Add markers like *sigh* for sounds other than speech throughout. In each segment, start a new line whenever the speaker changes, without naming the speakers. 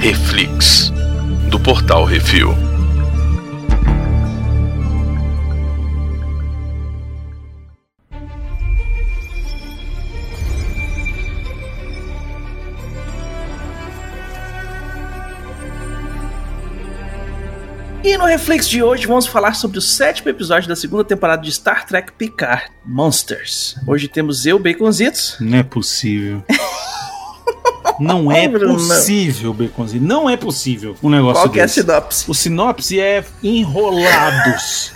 Reflix, do portal Refil.
E no Reflex de hoje vamos falar sobre o sétimo episódio da segunda temporada de Star Trek Picard, Monsters. Hoje temos eu, Baconzitos.
Não é
*laughs*
possível. Não é
Ai, Bruno.
possível, Baconzinho. Não é possível um negócio
Qual que é a
desse.
sinopse?
O sinopse é
*laughs*
enrolados.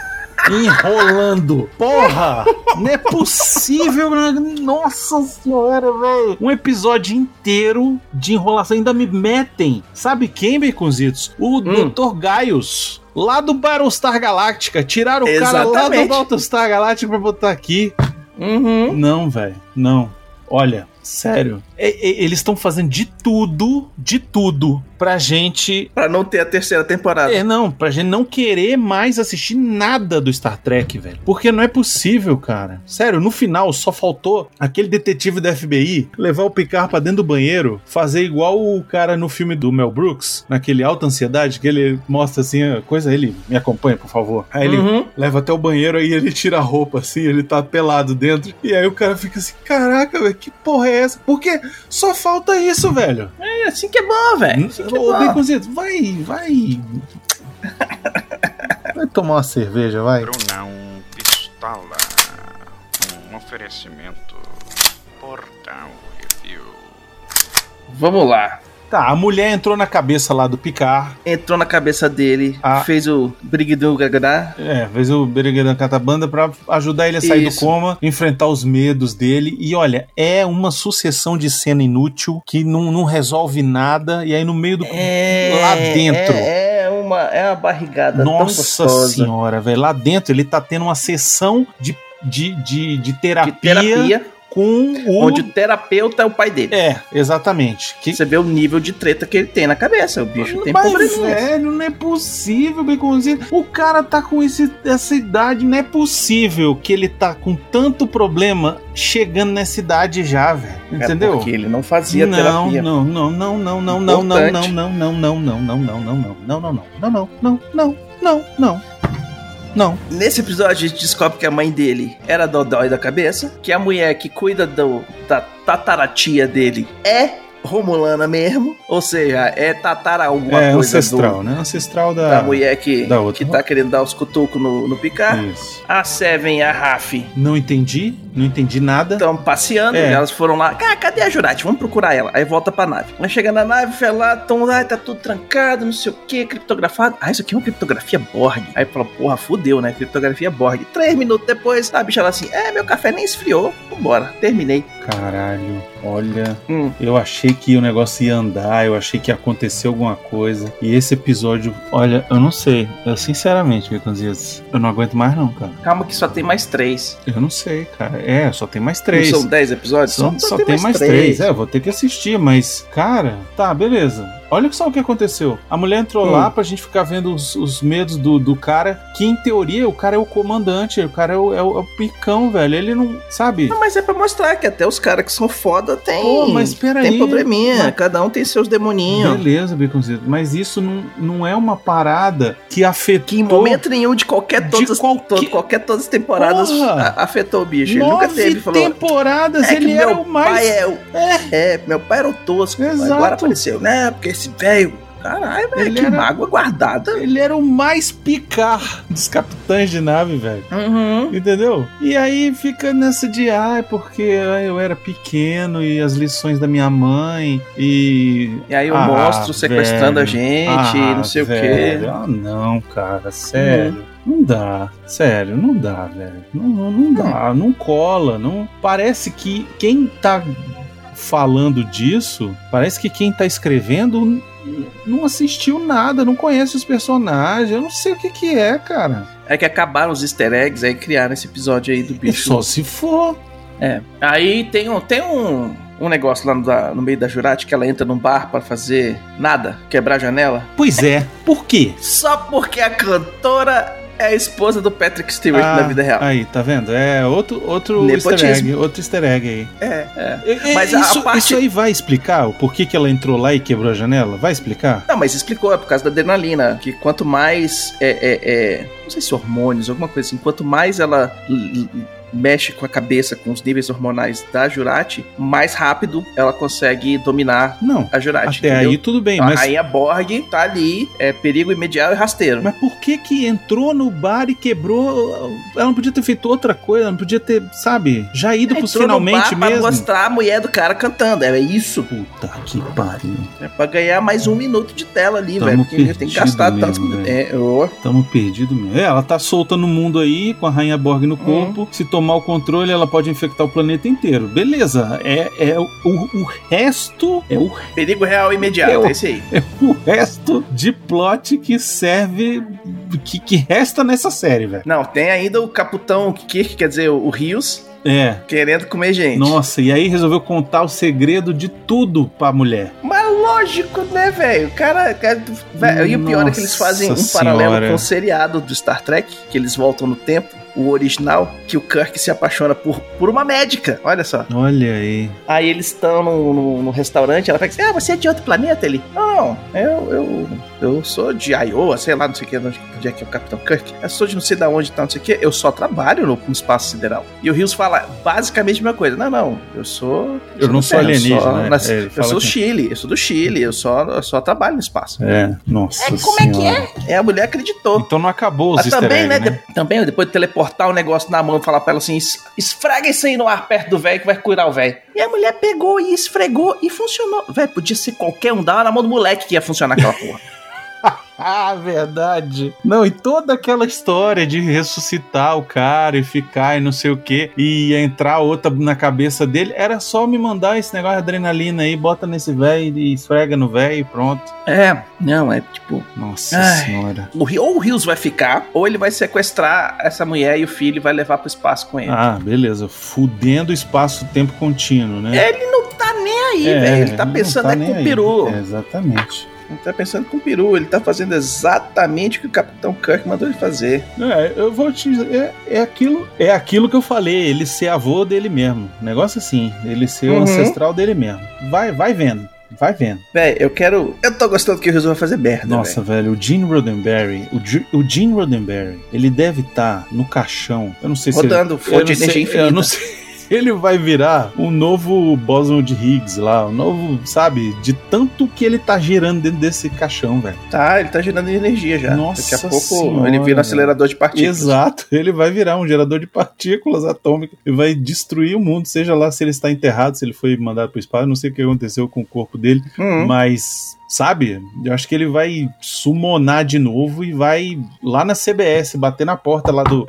Enrolando. Porra! Não é possível. né? Nossa senhora, velho. Um episódio inteiro de enrolação. Ainda me metem. Sabe quem, Baconzitos? O
Hum.
Dr. Gaius. Lá do Battlestar Galáctica. Tiraram o cara lá do
Exatamente.
Battlestar Galáctica pra botar aqui.
Uhum.
Não, velho, não. Olha, sério. E- e- eles estão fazendo de tudo, de tudo, pra gente.
Pra não ter a terceira temporada.
É, não, pra gente não querer mais assistir nada do Star Trek, velho. Porque não é possível, cara. Sério, no final só faltou aquele detetive da FBI levar o Picard pra dentro do banheiro, fazer igual o cara no filme do Mel Brooks, naquele Alta Ansiedade, que ele mostra assim, a coisa, ele me acompanha, por favor. Aí ele
Uhum.
Leva até o banheiro, aí ele tira a roupa, assim, ele tá pelado dentro. E aí o cara fica assim, caraca, velho, que porra é essa? Porque só falta isso, velho. Hum?
É, assim que é bom, velho. Assim que é
Ô,
bom.
Baconzito, vai, vai... Vai tomar uma cerveja, vai.
Brunão Pistola. Um oferecimento. Portal Review.
Vamos lá.
Tá, a mulher entrou na cabeça lá do Picar.
Entrou na cabeça dele,
Ah.
fez o Brigidão Gagadá.
É, fez o Berenguerão Catabanda pra ajudar ele a sair
Isso.
do coma, enfrentar os medos dele. E olha, é uma sucessão de cena inútil que não, não resolve nada. E aí no meio do...
É,
Lá dentro.
É, é uma, é uma barrigada tão
Nossa
gostosa.
senhora, velho. Lá dentro ele tá tendo uma sessão de, de, de, de terapia,
De terapia,
com o.
onde o terapeuta é o pai dele.
É, exatamente. Que...
Você vê o nível de treta que ele tem na cabeça. O bicho tem
Mas,
problema.
velho, não é possível, Baconzinho. O cara tá com esse, essa idade, não é possível que ele tá com tanto problema chegando nessa idade já, velho.
É
Entendeu?
porque ele não fazia
Não,
terapia.
não, não, não, não, não, não, não, não,
Importante.
não, não, não, não, não, não, não, não, não, não, não, não, não, não, não, não, não.
Nesse episódio, a gente descobre que a mãe dele era dodói da cabeça, que a mulher que cuida do, da tataratia dele é romulana mesmo, ou seja, é tatara alguma
é,
coisa
ancestral,
do-
né? Ancestral da,
da mulher que,
da outra.
que tá querendo dar os cutucos no, no picar.
Isso.
A Seven e a Raf
Não entendi, não entendi nada.
estão passeando,
É.
elas foram lá, ah, cadê a Jurati? Vamos procurar ela. Aí volta pra nave. Aí chega na nave, vai lá, tão lá, tá tudo trancado, não sei o que, criptografado. Ah, isso aqui é uma criptografia Borg. Aí fala, porra, fudeu, né? Criptografia Borg. Três minutos depois, a bicha lá assim, é, meu café nem esfriou, vambora, terminei.
Caralho, olha,
Hum.
eu achei que o negócio ia andar, eu achei que ia acontecer alguma coisa. E esse episódio, olha, eu não sei. Eu sinceramente, Beconzitos, eu não aguento mais não, cara.
Calma que só tem mais três.
Eu não sei, cara. É, só tem mais
Não
três.
são dez episódios?
Só, só tem, mais três. É, eu vou ter que assistir, mas, cara, tá, beleza. Olha só o que aconteceu. A mulher entrou
Hum.
lá pra gente ficar vendo os, os medos do, do cara, que em teoria o cara é o comandante, o cara é o, é o- é o picão, velho. Ele não, sabe?
Não, mas é pra mostrar que até os caras que são foda tem,
Pô, mas peraí.
tem probleminha,
Mas-
cada um tem seus demoninhos.
Beleza, Baconzito, mas isso não, não é uma parada que afetou.
Que em momento nenhum de qualquer todas,
De qualquer-
todo- qualquer todas as temporadas
Porra!
a- afetou o bicho. Ele
Nove
nunca teve, falou.
temporadas,
"É que
ele era o mais.
pai é, o- é, meu pai era o tosco.
Exato.
Agora apareceu, né? Porque esse velho. Caralho, velho,
Ele
que
era-
mágoa guardada.
Ele era o mais picar dos capitães de nave, velho.
Uhum.
Entendeu? E aí fica nessa de, ah, é porque ah, eu era pequeno e as lições da minha mãe e.
E aí o
Ah,
monstro sequestrando a
velho.
gente,
Ah,
não sei
velho,
o quê. Hum.
Ah, não, cara, sério. Não dá, sério, não dá, velho. Não, não, não
Hum.
dá, não cola, não. Parece que quem tá falando disso, parece que quem tá escrevendo n- não assistiu nada, não conhece os personagens, eu não sei o que que é, cara.
É que acabaram os easter eggs aí criaram esse episódio aí do
E
bicho.
só se for.
É. Aí tem um, tem um, um negócio lá no, da- no meio da Jurati que ela entra num bar pra fazer nada, quebrar a janela.
Pois é, por quê?
Só porque a cantora é a esposa do Patrick Stewart
Ah,
na vida real.
Aí, tá vendo? É outro, outro
Nepotismo.
easter egg, outro easter egg aí.
É, é.
É, é,
Mas a- a
isso,
parte-
isso aí vai explicar o porquê que ela entrou lá e quebrou a janela? Vai explicar?
Não, mas explicou, é por causa da adrenalina. Que quanto mais. É, é- é- não sei se hormônios, alguma coisa assim. Quanto mais ela l- l- mexe com a cabeça, com os níveis hormonais da Jurati, mais rápido ela consegue dominar
Não.
a Jurati.
Até
entendeu?
aí tudo bem,
Então,
mas,
A rainha Borg tá ali, é perigo imediato e rasteiro.
mas por que que entrou no bar e quebrou? Ela não podia ter feito outra coisa, ela não podia ter, sabe, já ido pros
Entrou no
finalmente
bar pra
mesmo.
mostrar a mulher do cara cantando. É isso.
Puta que pariu.
É pra ganhar mais um minuto de tela ali,
Tamo
velho. Porque ele tem que
perdido
gastar
mesmo,
tanto.
velho.
É, ô.
Tamo perdido mesmo. É, ela tá solta no mundo aí, com a Rainha Borg no corpo. Se tomar o controle, ela pode infectar o planeta inteiro. Beleza. É, é o, o resto. É o,
Perigo real imediato,
Eu-
é isso aí.
o resto de plot que serve. Que, que resta nessa série, velho.
Não, tem ainda o Capitão Kirk, quer dizer, o Rios,
É.
querendo comer gente.
Nossa, e aí resolveu contar o segredo de tudo pra mulher.
Mas lógico, né, velho? Cara, cara tu- velho, e o pior é que eles fazem um
Nossa
paralelo
senhora.
com o seriado do Star Trek, que eles voltam no tempo, o original, que o Kirk se apaixona por, por uma médica. Olha só.
Olha aí.
Aí eles estão no, no- no restaurante, ela pega assim, ah, você é de outro planeta? Ele, não, não, eu, eu, eu sou de Iowa, sei lá, não sei o que, de onde é que é o Capitão Kirk. Eu sou de não sei da onde, tá, não sei o que, eu só trabalho no, no espaço sideral. E o Rios fala basicamente a mesma coisa, não, não, eu sou...
Eu não sou
é,
alienígena,
só
né?
nasci-
É, ele
eu
fala
sou do
que-
Chile, eu sou do Chile, eu só, eu só trabalho no espaço.
É, nossa.
É, como é que
senhora.
É, a mulher acreditou.
Então não acabou os
Mas
easter
também,
egg,
né,
né?
de- também, depois de teleportar o negócio na mão e falar pra ela assim, "Es- esfrega isso aí no ar perto do velho que vai curar o velho. E a mulher pegou e esfregou e funcionou. Velho, podia ser qualquer um, dava na mão do moleque que ia funcionar aquela
*laughs*
porra.
Ah, verdade. Não, e toda aquela história de ressuscitar o cara e ficar e não sei o que, e ia entrar outra na cabeça dele, era só me mandar esse negócio de adrenalina aí, bota nesse velho e esfrega no velho e pronto.
é, não, é tipo,
Nossa
Ai.
senhora.
o Ri- ou o Rios vai ficar, ou ele vai sequestrar essa mulher e o filho e vai levar pro espaço com ele.
Ah, beleza. Fudendo o espaço-tempo contínuo, né?
Ele não tá nem aí,
É,
velho. Ele tá
não
pensando é
nem
com o
aí.
peru.
É, exatamente.
Ele tá pensando com o peru. Ele tá fazendo exatamente o que o Capitão Kirk mandou ele fazer.
É, eu vou te dizer, é, é aquilo, é aquilo que eu falei, ele ser avô dele mesmo. Negócio assim, ele ser o
Uhum.
ancestral dele mesmo. Vai, vai vendo, vai vendo.
Velho, eu quero. Eu tô gostando que o Rios vai fazer merda.
Nossa, velho, o Gene Roddenberry, o, Ge- o Gene Roddenberry, ele deve estar no caixão. Eu não sei
Rodando,
se ele, eu
fonte de
não sei-
energia infinita.
Eu não sei. *laughs* se Ele vai virar o novo Boson de Higgs lá, o novo, sabe, de tanto que ele tá girando dentro desse caixão, velho.
Tá, ele tá gerando energia já.
Nossa
Daqui a pouco
Senhora,
ele vira um
velho.
acelerador de partículas.
Exato, ele vai virar um gerador de partículas atômicas e vai destruir o mundo, seja lá se ele está enterrado, se ele foi mandado pro espaço, não sei o que aconteceu com o corpo dele.
Hum.
Mas, sabe? Eu acho que ele vai summonar de novo e vai lá na CBS bater na porta lá do,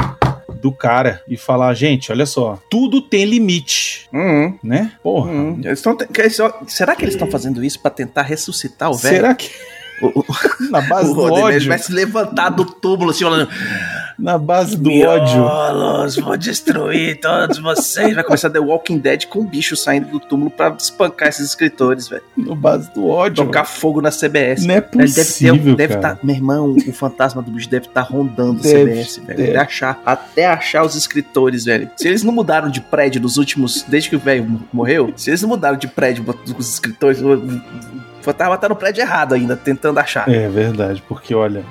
do cara e falar: gente, olha só, tudo tem limite,
Hum,
né? Porra.
hum. Eles tão te- que eles tão- Será que eles estão fazendo isso pra tentar ressuscitar o velho?
Será que *laughs*
O, o,
na base
*laughs* o
do
Roddenberry
ódio,
vai se levantar do túmulo assim, falando:
na base do ódio,
Miolos, vou destruir todos vocês. Vai começar The Walking Dead com um bicho saindo do túmulo pra espancar esses escritores, velho.
na base do ódio,
Tocar fogo na CBS.
não é
Ele deve ter, um-
possível,
deve
cara.
tá, meu irmão, o fantasma do bicho deve estar rondando
Deve, é.
o CBS, velho.
deve.
Até achar, até achar os escritores, velho. Se eles não mudaram de prédio nos últimos, desde que o velho mo- morreu, se eles não mudaram de prédio bot- com os escritores, o o fantasma tá no prédio errado ainda, tentando achar.
É verdade, porque olha,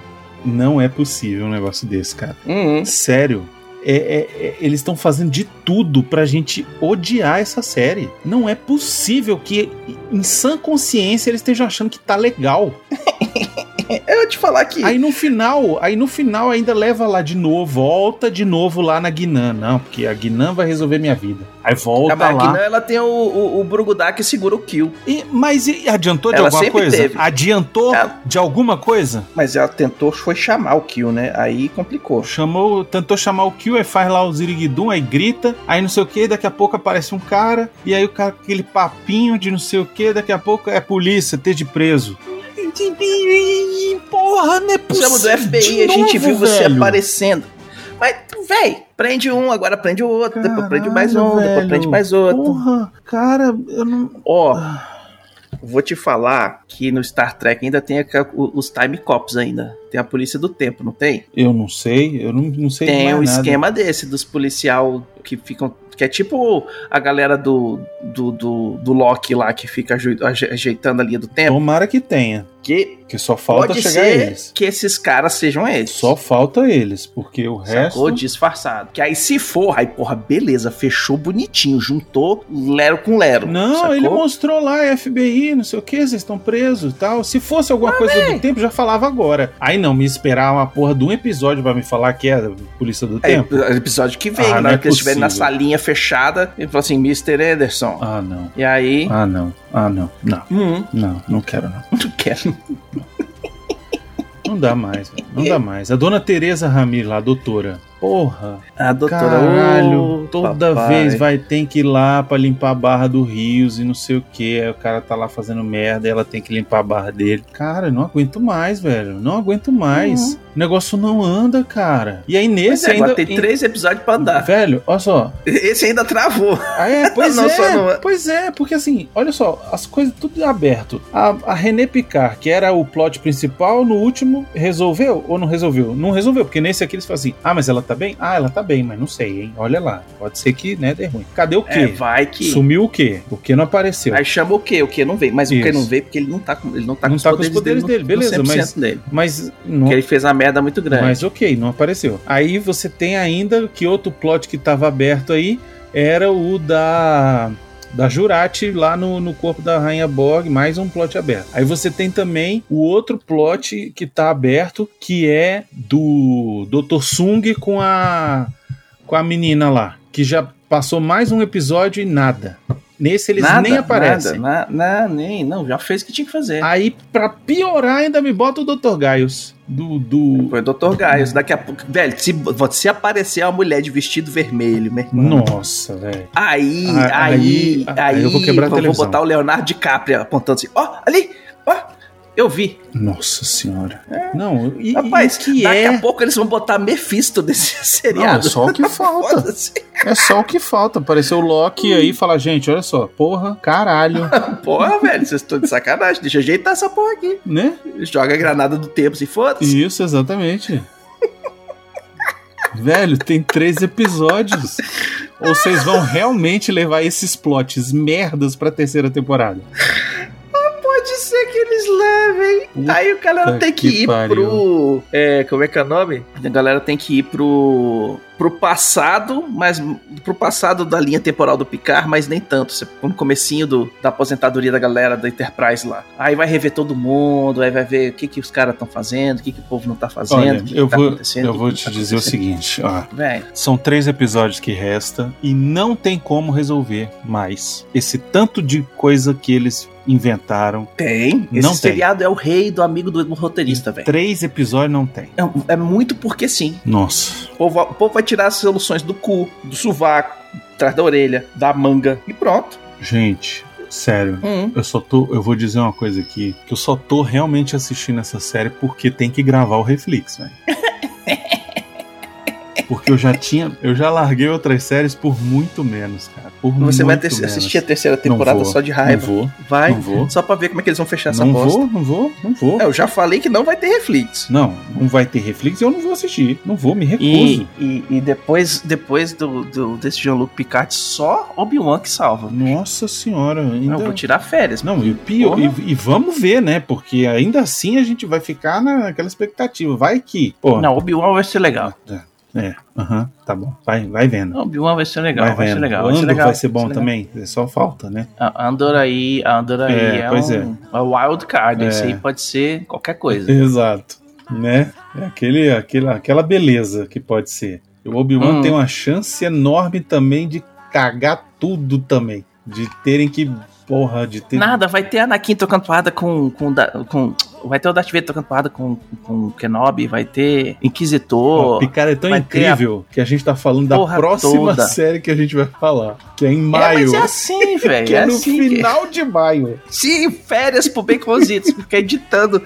não é possível um negócio desse, cara.
Uhum.
Sério. É- é- é- eles estão fazendo de tudo pra gente odiar essa série. Não é possível que, em sã consciência, eles estejam achando que tá legal.
Eu ia te falar que
Aí no final, aí no final ainda leva lá de novo, volta de novo lá na Guinan. Não, porque a Guinan vai resolver minha vida. Aí volta
a máquina,
tá lá.
ela tem o, o, o Brugudá que segura o kill,
E- mas e- adiantou de
Ela
alguma
sempre
coisa?
teve. É.
Adiantou
Ela-
de alguma coisa?
mas ela tentou, foi chamar o kill, né? Aí complicou.
Chamou, tentou chamar o Kill, aí faz lá o Ziriguidum, aí grita, aí não sei o que, daqui a pouco aparece um cara, e aí o cara com aquele papinho de não sei o que, daqui a pouco é polícia, ter de preso. Porra, não é
Chama do FBI, a gente viu você aparecendo. Mas, véi, prende um, agora prende o outro, depois prende mais um,
Caralho,
depois
velho.
prende mais outro.
Porra, cara, eu não.
Ó, Vou te falar que no Star Trek ainda tem aqua- o- os Time Cops ainda. Tem a polícia do tempo, não tem?
Eu não sei, eu não, não sei de
Tem
mais
um
nada.
esquema desse, dos policial que ficam. Que é tipo a galera do, do, do, do Loki lá que fica aje- aje- ajeitando a linha do tempo.
Tomara que tenha,
Que
que só Então, falta
pode
chegar
ser
eles.
que esses caras sejam eles.
Só falta eles, porque o
Sacou?
resto...
Disfarçado. Que aí se for, aí porra, beleza, fechou bonitinho, juntou Lero com Lero.
Não,
sacou?
ele é mostrou lá, FBI, não sei o que, vocês estão presos e tal. Se fosse
Ah,
alguma coisa do tempo, já falava agora. Aí não, me esperar uma porra de um episódio pra me falar que é a polícia do
É,
tempo.
o episódio que vem, na
Ah, não
hora
é
que eles estiverem na
possível.
salinha fechada, ele fala assim, Mr. Anderson.
Ah, não.
E aí.
Ah, não. Ah, não. Não,
Hum, *laughs*
não, não quero não.
não quero.
Não dá mais, velho. não dá mais. A dona Tereza Ramir lá, a doutora. Porra,
Ah, doutora.
caralho,
ô,
toda
papai.
vez vai ter que ir lá pra limpar a barra do Rios e não sei o que. Aí o cara tá lá fazendo merda e ela tem que limpar a barra dele. Cara, eu não aguento mais, velho. Não aguento mais. O negócio não anda, cara. E aí
Pois
nesse
Uhum. é,
ainda.
agora tem três episódios pra andar.
Velho, olha só,
Esse ainda travou. *laughs*
Ah, é, pois
Não,
é,
só não é.
pois é, porque assim, olha só, as coisas tudo aberto. A, a René Picard, que era o plot principal, no último resolveu ou não resolveu? Não resolveu, porque nesse aqui eles falam assim, ah, mas ela tá bem? Ah, ela tá bem, mas não sei, hein? Olha lá, pode ser que, né, dê ruim. Cadê o
É,
quê?
vai que.
Sumiu o quê? O que não apareceu?
Aí chama o quê? O quê não veio. Mas o quê
Isso.
não veio porque ele não tá com, ele não tá
Não
com, os
tá com
poderes
os poderes
dele, no-
dele, beleza,
no
mas-
100% dele.
Mas não
Porque ele fez uma merda muito grande.
Mas ok, não apareceu. Aí você tem ainda que outro plot que estava aberto aí era o da da Jurati lá no, no corpo da Rainha Borg, mais um plot aberto. Aí você tem também o outro plot que tá aberto, que é do Dr. Sung com a com a menina lá, que já passou mais um episódio e nada. Nesse eles
Nada,
nem aparecem.
Nada, na, na- nem, não, já fez o que tinha que fazer.
Aí pra piorar ainda me bota o Dr. Gaius do do
Foi o Dr. Gaius. Daqui a pouco. Velho, se, se aparecer uma mulher de vestido vermelho, meu irmão.
Nossa, velho.
Aí,
Ah,
aí, aí,
aí- aí eu vou quebrar a televisão.
botar o Leonardo DiCaprio apontando assim: ó, ali, ó, eu vi.
Nossa senhora. Não, e,
É. Rapaz,
e o que
daqui
é?
a pouco eles vão botar Mephisto desse
Não,
*laughs*
é
seriado. Hum.
só o
*laughs*
que falta.
Foda-se,
É só o que falta. Apareceu o Loki aí e falar, gente, olha só, porra,
*laughs*
caralho,
porra, velho, vocês estão de sacanagem. Deixa eu ajeitar essa porra aqui.
né?
Joga a granada do tempo, se foda-se.
Isso, exatamente. Velho, tem três episódios. Ou vocês vão realmente levar esses plots merdas pra terceira temporada?
Tá Pode ser que eles levem.
Puta
Aí o galera tem que,
que
ir
pariu.
pro. É, como é que é o nome? A galera tem que ir pro. pro passado, mas. pro passado da linha temporal do Picard, mas nem tanto. Você- No comecinho do, da aposentadoria da galera da Enterprise lá. Aí vai rever todo mundo, aí vai ver o que, que os caras estão fazendo, o que, que o povo não tá fazendo,
Olha,
o que,
eu
que tá
vou,
acontecendo.
eu
o
vou
que que
te
tá
dizer o
acontecendo.
seguinte, ó.
Véi,
São três episódios que resta e não tem como resolver mais esse tanto de coisa que eles inventaram.
tem. Esse
Não tem.
seriado é o rei do amigo do roteirista, velho.
Três episódios não tem.
É- é muito porque sim.
Nossa.
O povo, o povo vai tirar as soluções do cu, do sovaco, atrás da orelha, da manga e pronto.
Gente, sério.
Hum.
Eu só tô. Eu vou dizer uma coisa aqui. Que eu só tô realmente assistindo essa série porque tem que gravar o Reflex, *laughs* velho. Porque eu já tinha. Eu já larguei outras séries por muito menos, cara. Por
Você
muito
vai ter-
menos.
assistir a terceira temporada
vou,
só de
Não
raiva.
vou.
Vai,
Não vou.
só pra ver como é que eles vão fechar essa
Não
bosta.
vou, não vou, não vou.
É, Eu já falei que não vai ter reflexo.
Não, não vai ter Reflex e eu não vou assistir. Não vou, me
E,
recuso.
e, e depois, depois do, do- desse Jean-Luc Picard, só Obi-Wan que salva.
Nossa senhora, ainda.
Não, eu vou tirar férias.
Então- Não, e o pior,
Porra.
e, e vamos ver, né? Porque ainda assim a gente vai ficar na- naquela expectativa. Vai que. Pô,
Não, Obi-Wan vai ser legal.
É, aham, tá bom. Vai, vai vendo.
Obi-Wan vai ser legal, vai, ser
vendo.
legal.
O
Vai ser,
Andor
legal,
vai ser bom
legal.
também. É só falta, né?
A Andor aí, a Andor aí é,
É, pois
um, é. wild card.
É.
Isso aí pode ser qualquer coisa.
Exato. Né? É aquele, aquele, aquela beleza que pode ser. O Obi-Wan
Hum.
tem uma chance enorme também de cagar tudo também. De terem que. Porra, de ter.
Nada, vai ter Anakin tocando porrada com. com, da- com vai ter o Darth Vader tocando porrada com, com Kenobi, vai ter
Ó,
Inquisitor.
Picard é tão
vai ter a
incrível que a gente tá falando da
porra
próxima
toda.
série que a gente vai falar, que é em
É, mas
maio.
é
*laughs*
assim, velho.
que
É,
é, no
assim.
final de maio.
que- Sim, férias pro Baconzitos,
*laughs*
fica editando,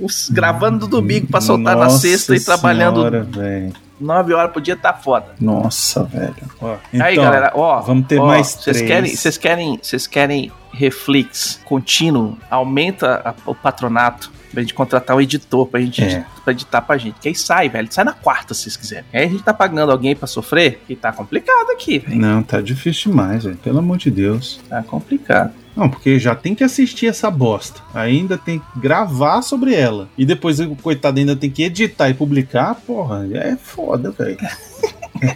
os- gravando no domingo pra soltar na
Nossa
sexta e trabalhando
senhora, velho.
9 horas podia estar foda.
Nossa, velho. Ó,
aí,
então,
galera, ó.
vamos ter
ó,
mais
vocês
três.
Querem, vocês querem, vocês querem reflex contínuo? Aumenta a- o patronato pra gente contratar um editor pra gente
É.
pra editar pra gente. Que aí sai, velho. Sai na quarta, se vocês quiserem. Aí a gente tá pagando alguém pra sofrer, que tá complicado aqui, velho.
Não, tá difícil demais, velho. Pelo amor de Deus.
Tá complicado. *laughs*
Não, porque já tem que assistir essa bosta. Ainda tem que gravar sobre ela. E depois o coitado ainda tem que editar e publicar. Porra, é foda, velho.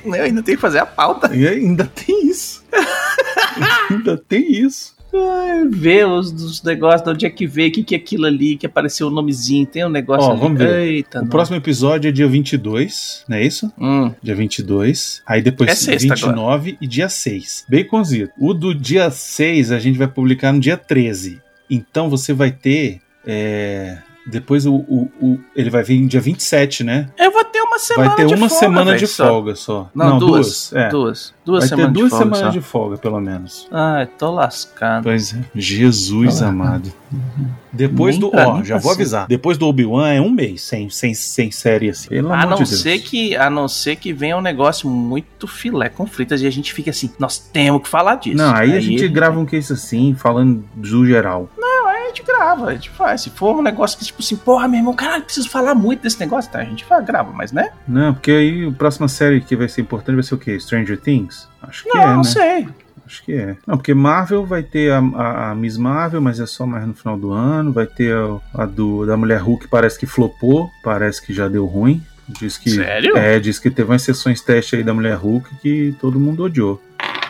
Eu ainda tenho que fazer a pauta.
E ainda tem isso. *laughs* ainda tem isso.
Ver os, os negócios, de onde é que veio, o que, que é aquilo ali, que apareceu o nomezinho, tem um negócio
Ó,
ali.
vamos ver.
Eita,
O
não.
próximo episódio é dia 22, não é isso?
Hum.
Dia 22. Aí depois
É sexta
29 e dia 6. Baconzito. O do dia 6 a gente vai publicar no dia 13. Então você vai ter. é, Depois o, o- o- ele vai vir no dia 27, né?
Eu vou ter uma semana
Vai
Tá de
ter uma
folga,
semana
velho,
de
só.
folga só.
Não, duas.
É.
Duas. Duas
vai ter
semanas
duas
de folga.
semanas
só.
de folga, pelo menos.
Ai, tô lascado.
Pois é. Jesus
Ah.
amado. Depois
Nem
do.
pra
Ó,
mim
já
tá
vou
certo.
avisar. Depois do Obi-Wan é um mês sem, sem, sem série assim. Pelo
A
amor
não,
de Deus.
ser que, a não ser que venha um negócio muito filé com fritas e a gente fica assim, nós temos que falar disso.
Não, aí, a gente grava um case assim, falando do geral.
Aí a gente grava, a gente faz. Se for um negócio que, tipo assim, porra, meu irmão, caralho, preciso falar muito desse negócio, tá? A gente vai, grava, mas né?
Não, porque aí a próxima série que vai ser importante vai ser o quê? Stranger Things? Acho que
Não,
é,
não
né?
sei.
Acho que é. Não, porque Marvel vai ter a, a- a Miss Marvel, mas é só mais no final do ano. Vai ter a, a do, da Mulher Hulk, parece que flopou, parece que já deu ruim. Diz que.
Sério?
É, diz que teve umas sessões teste aí da Mulher Hulk que todo mundo odiou.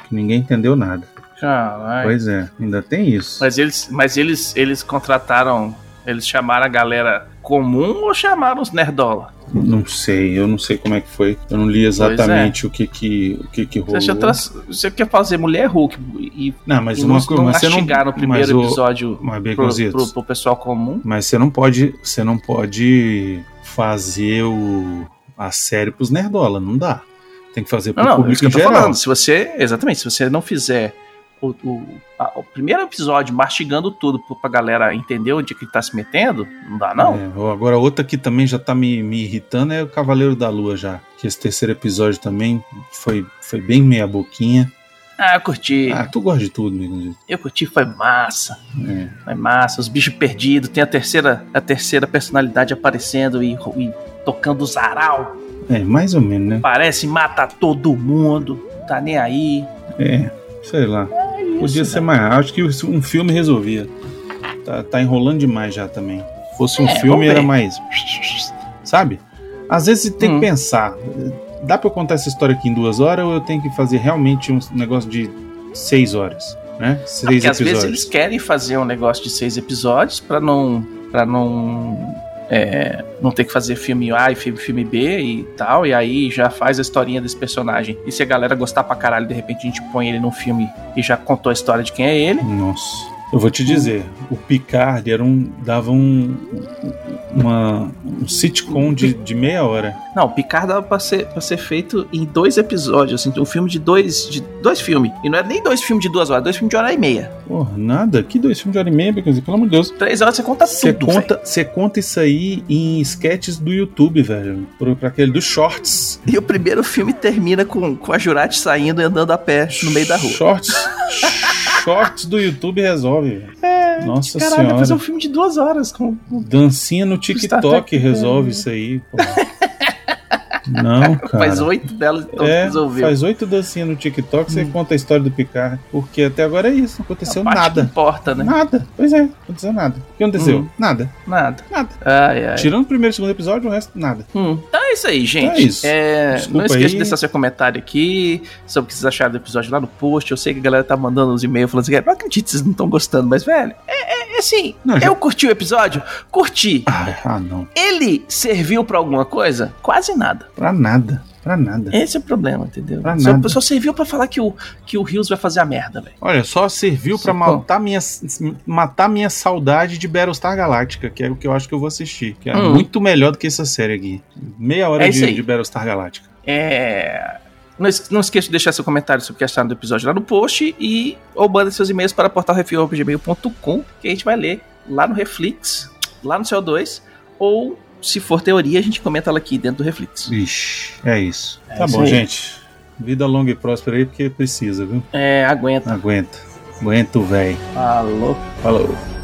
Que ninguém entendeu nada.
Caralho.
Pois é, ainda tem isso.
Mas eles, mas eles, eles contrataram, eles chamaram a galera comum ou chamaram os nerdola?
Não sei, eu não sei como é que foi. Eu não li exatamente o que que, o que, que rolou.
é. Você, já traz- você quer fazer mulher Hulk e
Não, mas
e
uma
não,
coisa,
não
mas você não
mastigar no
mas
primeiro
o-
episódio
Mas
pro,
Baconzitos,
pro- pro pessoal comum.
mas você não pode, você não pode fazer o a série pros nerdola, não dá. Tem que fazer pro
Não, não, é isso
público
que eu
em
tô
geral.
falando. Se você, exatamente, se você não fizer o, o- a- o primeiro episódio mastigando tudo pro- pra galera entender onde é que ele tá se metendo, não dá não.
É, ó, agora outra que também já tá me, me irritando é o Cavaleiro da Lua já, que esse terceiro episódio também foi, foi bem meia boquinha.
Ah, eu curti,
Ah, tu gosta de tudo, Baconzitos.
eu curti, foi massa,
É.
foi massa. Os bichos perdidos, tem a terceira, a terceira personalidade aparecendo e, e tocando o zaral.
É, mais ou menos, né?
Parece matar todo mundo, tá nem aí.
É, sei lá. Podia
É Isso, né?
ser mais. Acho que um filme resolvia. Tá, tá enrolando demais já também. Se fosse um
É,
filme,
vamos
era
ver.
mais. Sabe? Às vezes tem
Hum.
que pensar. Dá pra eu contar essa história aqui em duas horas ou eu tenho que fazer realmente um negócio de seis horas? Né?
Não,
Seis
porque às vezes eles
episódios.
querem fazer um negócio de seis episódios pra não para não é, não ter que fazer filme A e filme, filme B e tal, e aí já faz a historinha desse personagem. E se a galera gostar pra caralho, de repente a gente põe ele num filme e já contou a história de quem é ele.
Nossa. Eu vou te dizer, o Picard era um, dava um, uma, um sitcom de, de meia hora.
Não, o Picard dava pra ser, pra ser feito em dois episódios, assim, um filme de dois, de dois filmes. E não era nem dois filmes de duas horas, dois filmes de hora e meia.
Porra, nada. Que dois filmes de hora e meia, Baconzinho, pelo amor de Deus.
Três horas você conta
Você
tudo, velho.
conta, você conta isso aí em sketches do YouTube, velho. Pro- Pra aquele dos shorts.
E o primeiro filme termina com, com a Jurati saindo e andando a pé no meio da rua.
Shorts. *laughs* shorts do YouTube resolve, velho. Nossa
Caralho, vai fazer um
senhora.
filme de duas horas com. com-
Dancinha no
Star Trek,
TikTok resolve isso aí, pô. Não, cara.
Faz oito delas então
É,
resolveu. Hum.
faz oito dancinhas no TikTok, você conta a história do Picard. Porque até agora é isso, não aconteceu
A parte Que
nada.
importa, né?
Nada. Pois é, não aconteceu nada. O que aconteceu?
Uhum.
Nada.
Nada.
Nada.
Ai, ai.
Tirando o primeiro e segundo episódio, o resto, nada.
Hum. Então é isso aí, gente.
Então é isso.
É,
Desculpa
não esqueça
aí.
de deixar seu comentário aqui sobre o que vocês acharam do episódio lá no post. Eu sei que a galera tá mandando uns e-mails falando assim, "Cara, não acredito que vocês não estão gostando, mas, velho, é, é- é assim,
Não, já-
eu curti o episódio, curti.
Ah, ah, não.
Ele serviu pra alguma coisa? Quase nada.
Pra nada. Pra nada.
Esse é o problema, entendeu?
Pra
Só,
nada.
só serviu pra falar que o, que o Rios vai fazer a merda, velho.
Olha, só serviu pra
Socorro.
matar minha, matar minha saudade de Battlestar Galactica, que é o que eu acho que eu vou assistir. Que é
Hum.
muito melhor do que essa série aqui. Meia hora
É isso
de,
aí.
de Battlestar Galactica.
É. Não, es- não esqueça de deixar seu comentário sobre o que acharam do episódio lá no post e ou manda seus e-mails para portalrefil.gmail.com que a gente vai ler lá no Reflex, lá no CO2 ou se for teoria, a gente comenta ela aqui dentro do Reflex.
Ixi, é isso. tá
isso
bom,
aí.
gente. Vida longa e próspera aí, porque precisa, viu?
É, aguenta.
Aguenta. Aguenta o véi.
Falou.
Falou.